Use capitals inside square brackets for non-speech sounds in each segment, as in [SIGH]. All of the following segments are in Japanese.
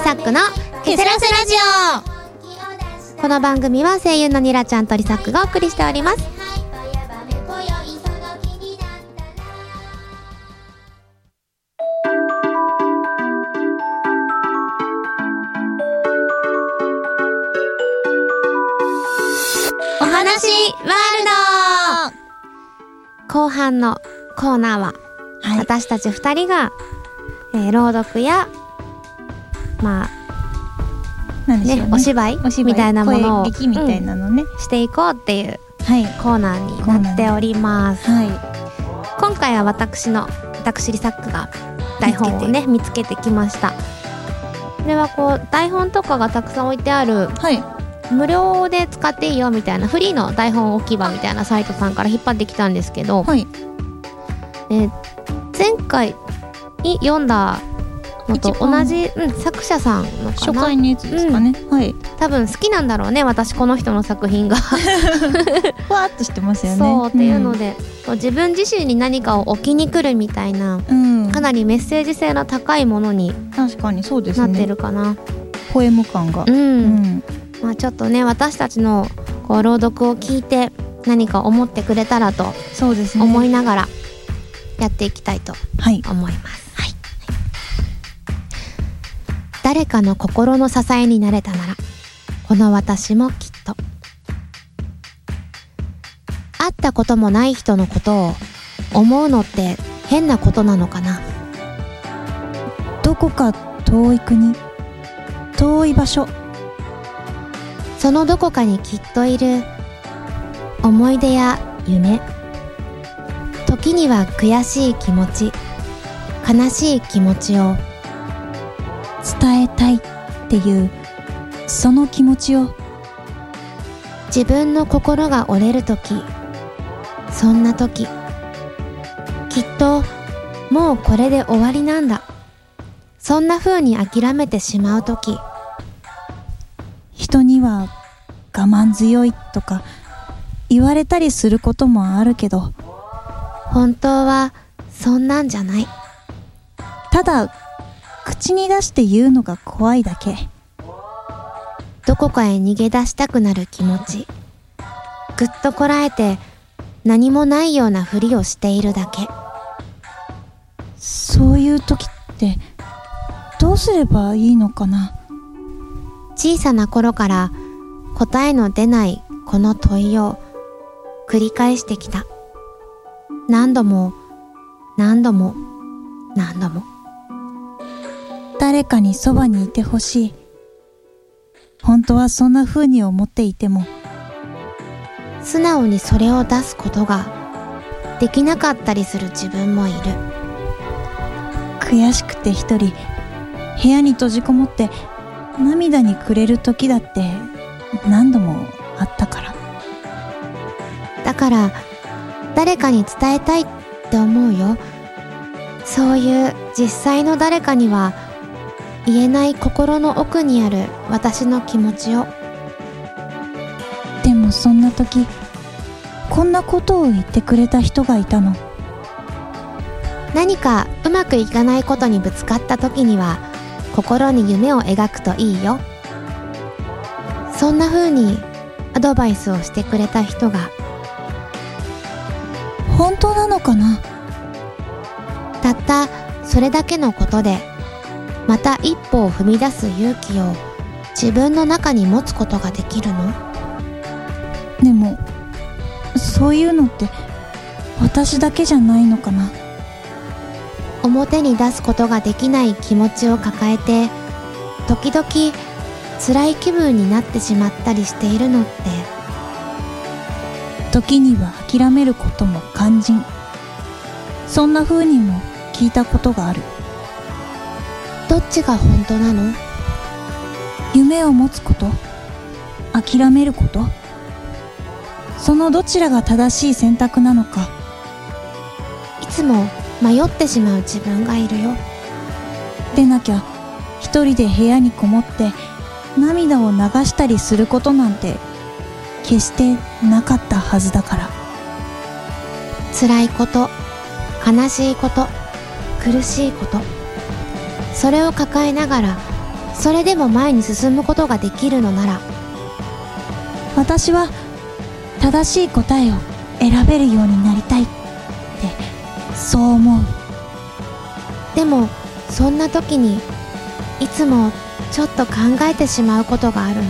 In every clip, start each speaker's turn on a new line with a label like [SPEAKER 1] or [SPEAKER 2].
[SPEAKER 1] サックのケセラセラジオこの番組は声優のニラちゃんとリサックがお送りしておりますお話ワールド後半のコーナーは、
[SPEAKER 2] はい
[SPEAKER 1] 私たち二人が、えー朗読やまあ
[SPEAKER 2] なんでしょう
[SPEAKER 1] ね
[SPEAKER 2] ね
[SPEAKER 1] お芝居
[SPEAKER 2] お芝居
[SPEAKER 1] みたいなものを
[SPEAKER 2] 声劇みたいなのね、
[SPEAKER 1] うんしていこうっていう
[SPEAKER 2] はい
[SPEAKER 1] コーナーになっております
[SPEAKER 2] は
[SPEAKER 1] 今回は私の私リサックが台本をね見つけてきましたこれはこう台本とかがたくさん置いてある
[SPEAKER 2] いはい
[SPEAKER 1] 無料で使っていいよみたいなフリーの台本置き場みたいなサイトさんから引っ張ってきたんですけど、
[SPEAKER 2] はい
[SPEAKER 1] えー前回に読んだのと
[SPEAKER 2] 一
[SPEAKER 1] 同
[SPEAKER 2] 番
[SPEAKER 1] じ、うん、作者さんのか
[SPEAKER 2] 初
[SPEAKER 1] な
[SPEAKER 2] 回のやつですかね、はい
[SPEAKER 1] 多分好きなんだろうね私この人の作品が
[SPEAKER 2] ふわーっとしてますよね
[SPEAKER 1] そうっていうので、こう自分自身に何かを置きに来るみたいな
[SPEAKER 2] うん、うん
[SPEAKER 1] かなりメッセージ性の高いものに
[SPEAKER 2] 確かにそうです
[SPEAKER 1] な
[SPEAKER 2] ね
[SPEAKER 1] ってるかな。
[SPEAKER 2] ポエム感が
[SPEAKER 1] う、、
[SPEAKER 2] うんん、
[SPEAKER 1] まあちょっとね私たちのこう朗読を聞いて何か思ってくれたらと
[SPEAKER 2] そうですね
[SPEAKER 1] 思いながらやっていきたいと
[SPEAKER 2] はい
[SPEAKER 1] 思います。はい。誰かの心の支えになれたなら、この私もきっと。会ったこともない人のことを思うのって変なことなのかな。
[SPEAKER 2] どこか遠い国遠い場所
[SPEAKER 1] そのどこかにきっといる思い出や夢時には悔しい気持ち悲しい気持ちを
[SPEAKER 2] 伝えたいっていうその気持ちを
[SPEAKER 1] 自分の心が折れる時そんな時きっともうこれで終わりなんだそんな風に諦めてしまう時
[SPEAKER 2] 人には我慢強いとか言われたりすることもあるけど
[SPEAKER 1] 本当はそんなんじゃない
[SPEAKER 2] ただ口に出して言うのが怖いだけ
[SPEAKER 1] どこかへ逃げ出したくなる気持ちぐっとこらえて何もないようなふりをしているだけ
[SPEAKER 2] そういう時ってどうすればいいのかな
[SPEAKER 1] 小さな頃から答えの出ないこの問いを繰り返してきた何度も何度も何度も
[SPEAKER 2] 誰かにそばにいてほしい本当はそんな風に思っていても
[SPEAKER 1] 素直にそれを出すことができなかったりする自分もいる
[SPEAKER 2] 悔しくて一人部屋に閉じこもって涙に暮れる時だって何度もあったから
[SPEAKER 1] だから誰かに伝えたいって思うよそういう実際の誰かには言えない心の奥にある私の気持ちを
[SPEAKER 2] でもそんな時こんなことを言ってくれた人がいたの
[SPEAKER 1] 何かうまくいかないことにぶつかった時には心に夢を描くといいよそんな風にアドバイスをしてくれた人が
[SPEAKER 2] 本当なのかな
[SPEAKER 1] たったそれだけのことでまた一歩を踏み出す勇気を自分の中に持つことができるの
[SPEAKER 2] でもそういうのって私だけじゃないのかな
[SPEAKER 1] 表に出すことができない気持ちを抱えて時々辛い気分になってしまったりしているのって
[SPEAKER 2] 時には諦めることも肝心そんな風にも聞いたことがある
[SPEAKER 1] どっちが本当なの
[SPEAKER 2] 夢を持つこと諦めることそのどちらが正しい選択なのか
[SPEAKER 1] いつも迷ってしまう自分がいるよ
[SPEAKER 2] でなきゃ一人で部屋にこもって涙を流したりすることなんて決してなかったはずだから
[SPEAKER 1] 辛いこと悲しいこと苦しいことそれを抱えながらそれでも前に進むことができるのなら
[SPEAKER 2] 私は正しい答えを選べるようになりたいってそう思う
[SPEAKER 1] でもそんな時にいつもちょっと考えてしまうことがあるの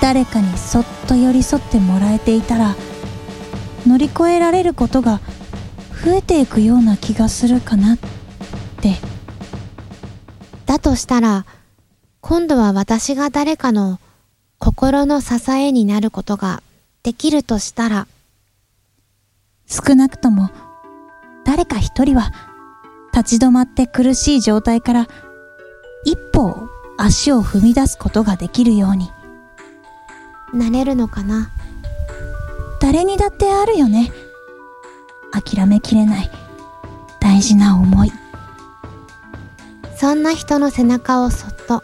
[SPEAKER 2] 誰かにそっと寄り添ってもらえていたら乗り越えられることが増えていくような気がするかなって
[SPEAKER 1] だとしたら今度は私が誰かの心の支えになることができるとしたら
[SPEAKER 2] 少なくとも誰か一人は立ち止まって苦しい状態から一歩足を踏み出すことができるように
[SPEAKER 1] なれるのかな
[SPEAKER 2] 誰にだってあるよね諦めきれない大事な思い
[SPEAKER 1] そんな人の背中をそっと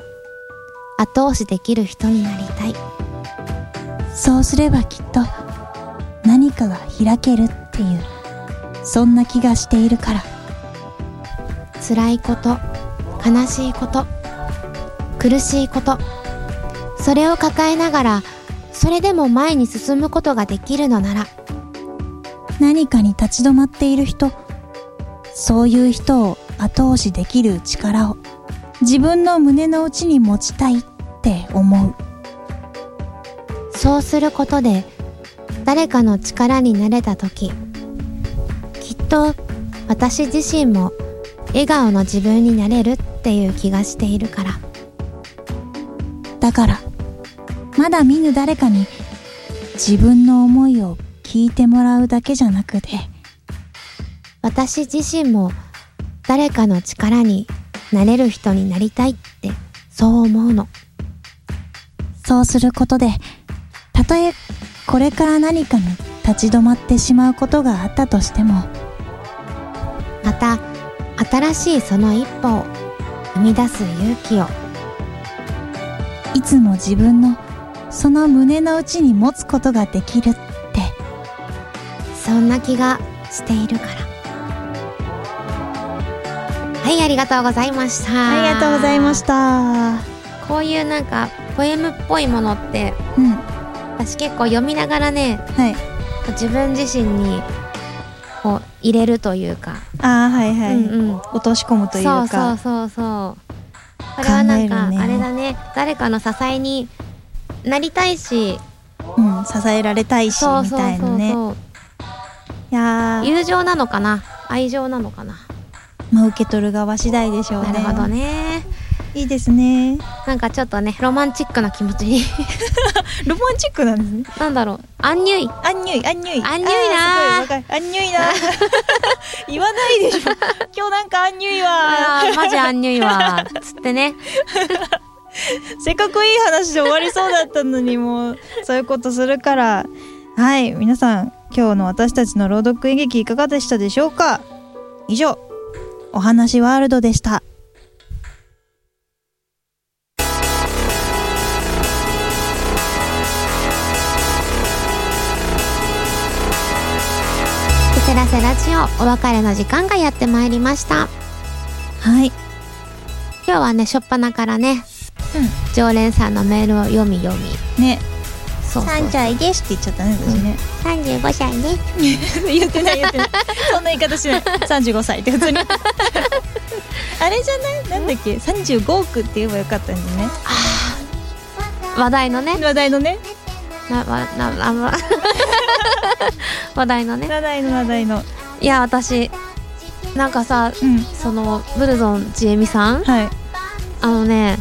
[SPEAKER 1] 後押しできる人になりたい
[SPEAKER 2] そうすればきっと何かが開けるっていうそんな気がしているから
[SPEAKER 1] 辛いこと悲しいこと苦しいことそれを抱えながらそれでも前に進むことができるのなら
[SPEAKER 2] 何かに立ち止まっている人そういう人を後押しできる力を自分の胸の内に持ちたいって思う
[SPEAKER 1] そうすることで誰かの力になれた時きっと私自身も笑顔の自分になれるっていう気がしているから
[SPEAKER 2] だからまだ見ぬ誰かに自分の思いを聞いてもらうだけじゃなくて
[SPEAKER 1] 私自身も誰かの力になれる人になりたいってそう思うの
[SPEAKER 2] そうすることでたとえこれから何かに立ち止まってしまうことがあったとしても
[SPEAKER 1] また新しいその一歩を生み出す勇気を
[SPEAKER 2] いつも自分のその胸の内に持つことができるって
[SPEAKER 1] そんな気がしているからはいありがとうございました
[SPEAKER 2] ありがとうございました
[SPEAKER 1] こういうなんかポエムっぽいものって
[SPEAKER 2] うん
[SPEAKER 1] 私結構読みながらね
[SPEAKER 2] はい
[SPEAKER 1] 自分自身にこう入れるというか
[SPEAKER 2] ああはいはい、
[SPEAKER 1] うんうん
[SPEAKER 2] 落とし込むという
[SPEAKER 1] そ
[SPEAKER 2] か
[SPEAKER 1] うそうそうそうこれはなんか、
[SPEAKER 2] 考えるね
[SPEAKER 1] あれだね誰かの支えになりたいし
[SPEAKER 2] うん、支えられたいし
[SPEAKER 1] そう
[SPEAKER 2] み
[SPEAKER 1] そう
[SPEAKER 2] たい
[SPEAKER 1] そ
[SPEAKER 2] な
[SPEAKER 1] う
[SPEAKER 2] ね
[SPEAKER 1] そう
[SPEAKER 2] いやー
[SPEAKER 1] 友情なのかな愛情なのかな、
[SPEAKER 2] まあ受け取る側次第でしょうね
[SPEAKER 1] なるほどね
[SPEAKER 2] いいですね
[SPEAKER 1] [LAUGHS] なんかちょっとねロマンチックな気持ち [LAUGHS] に
[SPEAKER 2] ロマンチックなんですね
[SPEAKER 1] なんだろうアンニュイ
[SPEAKER 2] アンニュイアンニュイ
[SPEAKER 1] アンニュイなー
[SPEAKER 2] あーすごい若いアンニュ [LAUGHS] イなー言わないでしょ今日なんかアンニュイは
[SPEAKER 1] あーマジアンニュイはつってね
[SPEAKER 2] せっかくいい話で終わりそうだったのにもうそういうことするからはい皆さん今日の私たちの朗読演劇いかがでしたでしょうか以上お話ワールドでした
[SPEAKER 1] 「テラセラジオ」お別れの時間がやってまいりました
[SPEAKER 2] はい
[SPEAKER 1] 今日はね初っ端からね、
[SPEAKER 2] う
[SPEAKER 1] 常連さんのメールを読み読み
[SPEAKER 2] ね
[SPEAKER 1] そうそう
[SPEAKER 2] 三歳ですって言っちゃったね私ね、
[SPEAKER 1] 35歳ね
[SPEAKER 2] 言ってない言ってないそんな言い方しない35歳って普 [LAUGHS] 通にあれじゃないなんだっけ35億って言えばよかったんだね
[SPEAKER 1] 話題のね
[SPEAKER 2] 話題のね
[SPEAKER 1] なわななな [LAUGHS] 話題のね
[SPEAKER 2] 話題の話題の
[SPEAKER 1] いや私なんかさ
[SPEAKER 2] うん
[SPEAKER 1] そのブルゾンちえみさん
[SPEAKER 2] はい
[SPEAKER 1] あのね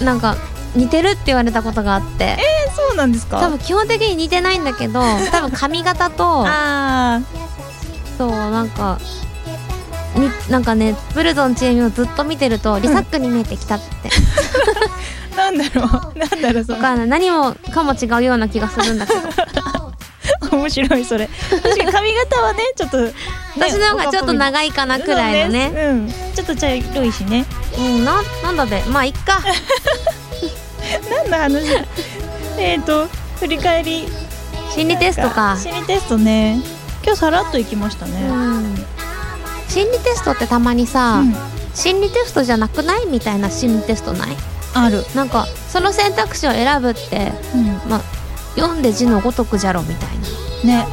[SPEAKER 1] なんか似てるって言われたことがあって
[SPEAKER 2] えそうなんですか
[SPEAKER 1] 多分基本的に似てないんだけど多分髪型と
[SPEAKER 2] [LAUGHS] ああ
[SPEAKER 1] そうなんかになんかねブルゾンちえみをずっと見てるとリサックに見えてきた
[SPEAKER 2] [LAUGHS]
[SPEAKER 1] って、
[SPEAKER 2] なんだ
[SPEAKER 1] [LAUGHS]
[SPEAKER 2] ろうなんだろうそ
[SPEAKER 1] わかんない何もかも違うような気がするんだけど
[SPEAKER 2] の面白いそれ確かに髪型はねちょっと、ね、
[SPEAKER 1] 私の方がちょっと
[SPEAKER 2] い
[SPEAKER 1] 長いかなくらいのね
[SPEAKER 2] うんちょっと茶色いしね
[SPEAKER 1] うんななんだでまあいっか
[SPEAKER 2] 何の話
[SPEAKER 1] [LAUGHS]
[SPEAKER 2] えっと振り返り
[SPEAKER 1] 心理テストか
[SPEAKER 2] 心理テストね今日さらっと行きました
[SPEAKER 1] う
[SPEAKER 2] ね
[SPEAKER 1] ん心理テストってたまにさ、
[SPEAKER 2] うん
[SPEAKER 1] 心理テストじゃなくないみたいな心理テストない
[SPEAKER 2] ある、
[SPEAKER 1] なんかその選択肢を選ぶって、
[SPEAKER 2] うん、
[SPEAKER 1] まあ、読んで字のごとくじゃろみたいな。
[SPEAKER 2] ね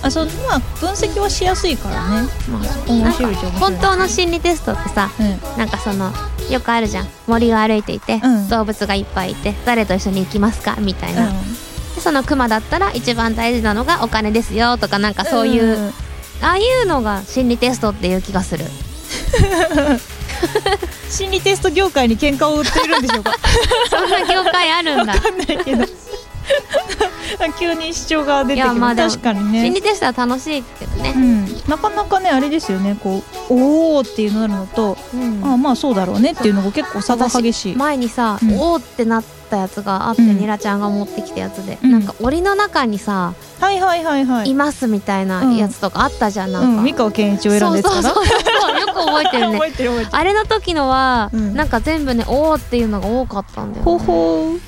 [SPEAKER 2] あそうまあ分析はしやすいからね
[SPEAKER 1] まあ、
[SPEAKER 2] 面
[SPEAKER 1] なん
[SPEAKER 2] 白いじゃ
[SPEAKER 1] か
[SPEAKER 2] ん
[SPEAKER 1] 本当の心理テストってさ
[SPEAKER 2] う
[SPEAKER 1] なんかそのよくあるじゃん森を歩いていて、
[SPEAKER 2] うん
[SPEAKER 1] 動物がいっぱいいて誰と一緒に行きますかみたい
[SPEAKER 2] ん、
[SPEAKER 1] な、でそのクマだったら一番大事なのがお金ですよとかなんかそういう、
[SPEAKER 2] ん
[SPEAKER 1] ああいうのが心理テストっていう気がする
[SPEAKER 2] 心理テスト業界に喧嘩を売っているんで
[SPEAKER 1] [LAUGHS]
[SPEAKER 2] しょうか
[SPEAKER 1] そんな業界あるんだ
[SPEAKER 2] わかんないけ
[SPEAKER 1] [LAUGHS]
[SPEAKER 2] ど急に主張が出てき
[SPEAKER 1] いやまあでも
[SPEAKER 2] て確かに
[SPEAKER 1] 心
[SPEAKER 2] ね
[SPEAKER 1] 理テストは楽しいけど
[SPEAKER 2] う
[SPEAKER 1] ね、
[SPEAKER 2] ん、なかなかねあれですよねこう「おーっていうのなるのと
[SPEAKER 1] うん
[SPEAKER 2] ああまあそうだろうねっていうのが結構差が激しい。
[SPEAKER 1] 前にさ、
[SPEAKER 2] うん
[SPEAKER 1] おーってなったやつがあって、
[SPEAKER 2] うん
[SPEAKER 1] ニラちゃんが持ってきたやつで、
[SPEAKER 2] うん
[SPEAKER 1] なんか檻の中にさ、
[SPEAKER 2] はいはいはいはい。
[SPEAKER 1] いますみたいなやつとかあったじゃん、なんか、
[SPEAKER 2] うん、三河健一を選んでた
[SPEAKER 1] そう
[SPEAKER 2] か
[SPEAKER 1] そう
[SPEAKER 2] ら。
[SPEAKER 1] そうそうよく覚えてるね
[SPEAKER 2] 覚えてる覚えてる。
[SPEAKER 1] あれの時のは、
[SPEAKER 2] うん
[SPEAKER 1] なんか全部ね「おー」っていうのが多かったんだよ、ね、
[SPEAKER 2] ほほー。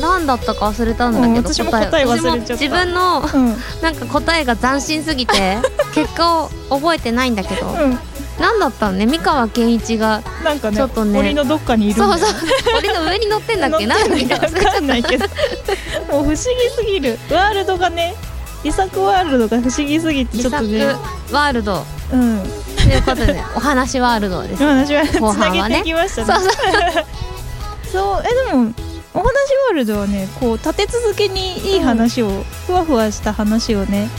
[SPEAKER 1] 何だったか忘れたんだけど、
[SPEAKER 2] うん私も答え忘れちゃった
[SPEAKER 1] 私も自分の
[SPEAKER 2] うん、うん、
[SPEAKER 1] なんか答えが斬新すぎ
[SPEAKER 2] [LAUGHS]
[SPEAKER 1] て結果を覚えてないんだけど、何だったのね三河健一が
[SPEAKER 2] なんかね
[SPEAKER 1] ちょっとね
[SPEAKER 2] 森のどっかにいるんだ
[SPEAKER 1] そう
[SPEAKER 2] よ
[SPEAKER 1] そう俺の上に乗ってんだっけ
[SPEAKER 2] 乗
[SPEAKER 1] な
[SPEAKER 2] って
[SPEAKER 1] んだっけ
[SPEAKER 2] ない
[SPEAKER 1] 忘れち
[SPEAKER 2] か分
[SPEAKER 1] ゃっ
[SPEAKER 2] か
[SPEAKER 1] た
[SPEAKER 2] んないけどもう不思議すぎるワールドがね遺作ワールドが不思議すぎて
[SPEAKER 1] 自
[SPEAKER 2] ちょっと
[SPEAKER 1] 作
[SPEAKER 2] ね
[SPEAKER 1] ワールド
[SPEAKER 2] うん
[SPEAKER 1] ということでお話ワールドです、
[SPEAKER 2] 私はつ
[SPEAKER 1] 後半は
[SPEAKER 2] な
[SPEAKER 1] ね
[SPEAKER 2] げてきまし
[SPEAKER 1] そう
[SPEAKER 2] たね
[SPEAKER 1] そう
[SPEAKER 2] そうえでもお話ワールドはねこう立て続けにいい話を、ふわふわした話をね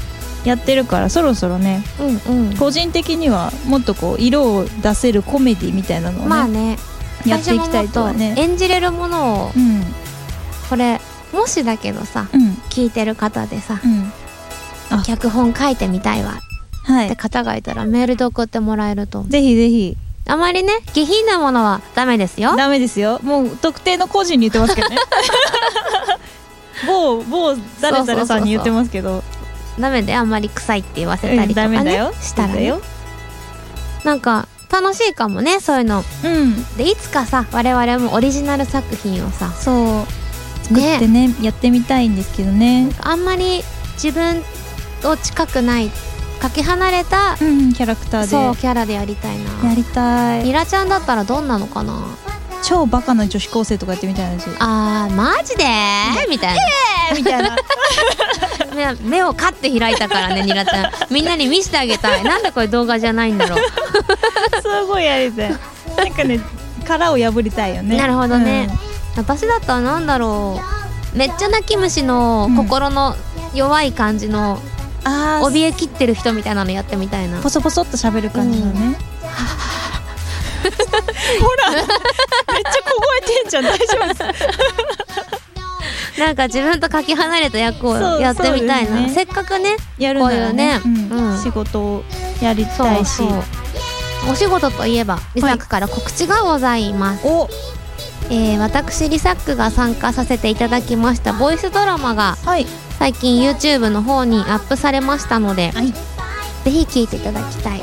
[SPEAKER 2] やってるからそろそろね
[SPEAKER 1] うんうん
[SPEAKER 2] 個人的にはもっとこう色を出せるコメディみたいなのをね、
[SPEAKER 1] まあね
[SPEAKER 2] やっていきたいとは
[SPEAKER 1] 最初ももっと
[SPEAKER 2] ね
[SPEAKER 1] 演じれるものを
[SPEAKER 2] うん
[SPEAKER 1] これもしだけどさ
[SPEAKER 2] うん
[SPEAKER 1] 聞いてる方でさ
[SPEAKER 2] うんあ
[SPEAKER 1] 脚本書いてみたいわ
[SPEAKER 2] は
[SPEAKER 1] って
[SPEAKER 2] い
[SPEAKER 1] 方がいたらメールで送ってもらえると思う
[SPEAKER 2] ぜひぜひ
[SPEAKER 1] あまりね下品なものはダメですよ
[SPEAKER 2] ダメですよもう特定の個人に言ってますけ [LAUGHS] どね某某誰々さんに言ってますけど
[SPEAKER 1] ダメであんまり臭いって言わせた
[SPEAKER 2] うん
[SPEAKER 1] りと
[SPEAKER 2] ダ
[SPEAKER 1] か
[SPEAKER 2] メだ
[SPEAKER 1] ね
[SPEAKER 2] よ
[SPEAKER 1] したら
[SPEAKER 2] だ
[SPEAKER 1] ね
[SPEAKER 2] よ
[SPEAKER 1] なんか楽しいかもねそういうの
[SPEAKER 2] うん
[SPEAKER 1] でいつかさ我々もオリジナル作品をさ
[SPEAKER 2] そう作っ
[SPEAKER 1] ね
[SPEAKER 2] てねやってみたいんですけどね
[SPEAKER 1] あんまり自分と近くないかけ離れた
[SPEAKER 2] うんキャラクターで
[SPEAKER 1] そうキャラでやりたい
[SPEAKER 2] や
[SPEAKER 1] な
[SPEAKER 2] りたい
[SPEAKER 1] ニラちゃんだったらどんなのかな
[SPEAKER 2] 超バカな女子高生とかやってみたいなし
[SPEAKER 1] あーマジでみたいな
[SPEAKER 2] えーみたいな
[SPEAKER 1] 目目をカッて開いたからねニラち
[SPEAKER 2] [LAUGHS]
[SPEAKER 1] ゃんみんなに見せてあげたいなんでこれ動画じゃないんだろう
[SPEAKER 2] [LAUGHS] すごいやりたいなんかね殻を破りたいよね
[SPEAKER 1] なるほどね、私だったらなんだろうめっちゃ泣き虫の
[SPEAKER 2] うん
[SPEAKER 1] 心の弱い感じの
[SPEAKER 2] うんああ
[SPEAKER 1] 怯えきってる人みたいなのやってみたいな
[SPEAKER 2] ポソポソっと喋る感じのね、
[SPEAKER 1] う
[SPEAKER 2] [LAUGHS] ほらめっちゃ凍えてんじゃん大丈夫です
[SPEAKER 1] なんか自分とかけ離れた役を
[SPEAKER 2] そう
[SPEAKER 1] やってみたい
[SPEAKER 2] そう
[SPEAKER 1] な、
[SPEAKER 2] です
[SPEAKER 1] せ
[SPEAKER 2] ね
[SPEAKER 1] っかくね
[SPEAKER 2] やるならね
[SPEAKER 1] こういうね
[SPEAKER 2] うん
[SPEAKER 1] うん
[SPEAKER 2] 仕事をやり
[SPEAKER 1] そう
[SPEAKER 2] たいし
[SPEAKER 1] そうお仕事といえばリサックから告知がございます、
[SPEAKER 2] お
[SPEAKER 1] えー私リサックが参加させていただきましたボイスドラマが
[SPEAKER 2] はい
[SPEAKER 1] 最近 YouTube の方にアップされましたので
[SPEAKER 2] はい
[SPEAKER 1] ぜひ聞いていただきたい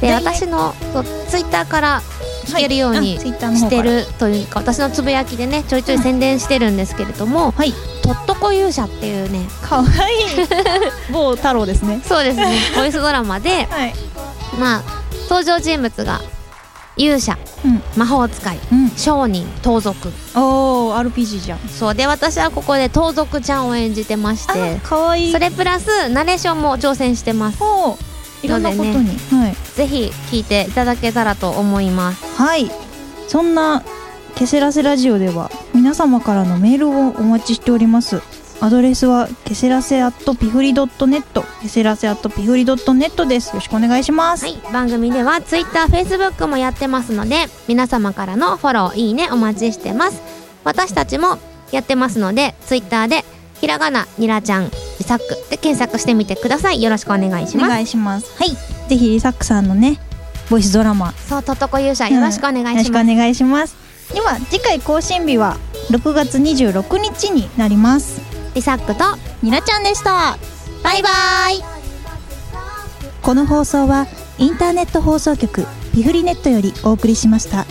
[SPEAKER 1] で
[SPEAKER 2] ね
[SPEAKER 1] 私のそう Twitter から聞けるようにしてるというか私のつぶやきでねちょいちょい宣伝してるんですけれども
[SPEAKER 2] はい
[SPEAKER 1] 「とっとこ勇者」っていうね
[SPEAKER 2] かわいい [LAUGHS] 某太郎ですね
[SPEAKER 1] そうですねボイスドラマで
[SPEAKER 2] はい
[SPEAKER 1] まあ登場人物が勇者
[SPEAKER 2] うん
[SPEAKER 1] 魔法使い
[SPEAKER 2] うん
[SPEAKER 1] 商人盗賊
[SPEAKER 2] おお RPG じゃん
[SPEAKER 1] そうで私はここで盗賊ちゃんを演じてまして
[SPEAKER 2] かわいい
[SPEAKER 1] それプラスナレーションも挑戦してます
[SPEAKER 2] ほういろんなことに、はい
[SPEAKER 1] ぜひ聞いていただけたらと思います
[SPEAKER 2] はいそんなケセラセラジオでは皆様からのメールをお待ちしておりますアドレスはケセラセアットピフリドットネットケセラセアットピフリドットネットですよろしくお願いします
[SPEAKER 1] は、
[SPEAKER 2] はい
[SPEAKER 1] 番組では TwitterFacebook もやってますので皆様からのフォローいいねお待ちしてます私たちもやってますので Twitter でひらがなにらちゃんリサックで検索してみてくださいよろしくお願いし
[SPEAKER 2] お
[SPEAKER 1] ます
[SPEAKER 2] 願いしますはいぜひリサックさんのねボイスドラマ
[SPEAKER 1] そうとっとこ勇者よろしくお願
[SPEAKER 2] よろ
[SPEAKER 1] い
[SPEAKER 2] し
[SPEAKER 1] し
[SPEAKER 2] くお
[SPEAKER 1] ます、
[SPEAKER 2] 願いしますでは次回更新日は6月26日になります
[SPEAKER 1] リサックと
[SPEAKER 2] ニラちゃんでした
[SPEAKER 1] バイバイ
[SPEAKER 2] この放送はインターネット放送局ピフリネットよりお送りしました。